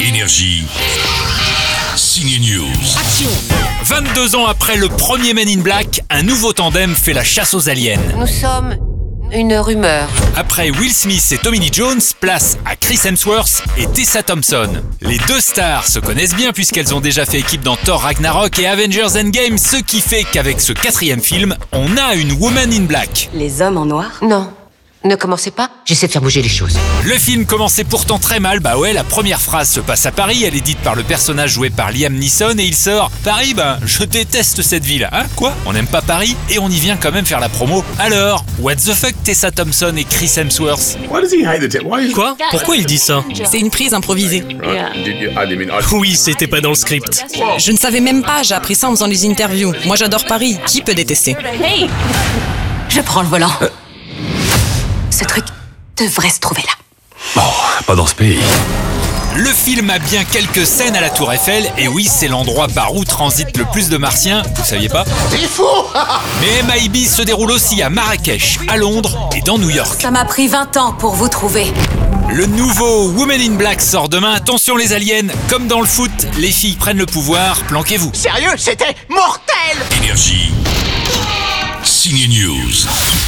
Énergie. Signe News. 22 ans après le premier Men in Black, un nouveau tandem fait la chasse aux aliens. Nous sommes une rumeur. Après Will Smith et Tommy Lee Jones, place à Chris Hemsworth et Tessa Thompson. Les deux stars se connaissent bien puisqu'elles ont déjà fait équipe dans Thor Ragnarok et Avengers Endgame, ce qui fait qu'avec ce quatrième film, on a une Woman in Black. Les hommes en noir Non, ne commencez pas. J'essaie de faire bouger les choses. Le film commençait pourtant très mal, bah ouais, la première phrase se passe à Paris, elle est dite par le personnage joué par Liam Neeson et il sort « Paris, ben, je déteste cette ville, hein, quoi On n'aime pas Paris et on y vient quand même faire la promo. Alors, what the fuck Tessa Thompson et Chris Hemsworth Why does he hate the tip? Why is Quoi Pourquoi il dit ça C'est une prise improvisée. Right. Did you, I didn't mean. I, Oui, c'était pas dans le script. Je ne savais même pas, j'ai appris ça en faisant des interviews. Moi j'adore Paris, qui peut détester Je prends le volant. Ce truc devrait se trouver là. pas dans ce pays. Le film a bien quelques scènes à la Tour Eiffel, et oui, c'est l'endroit par où transitent le plus de martiens, vous saviez pas Mais MIB se déroule aussi à Marrakech, à Londres et dans New York. Ça m'a pris 20 ans pour vous trouver. Le nouveau Women in Black sort demain, attention les aliens, comme dans le foot, les filles prennent le pouvoir, planquez-vous. Énergie. Signe News.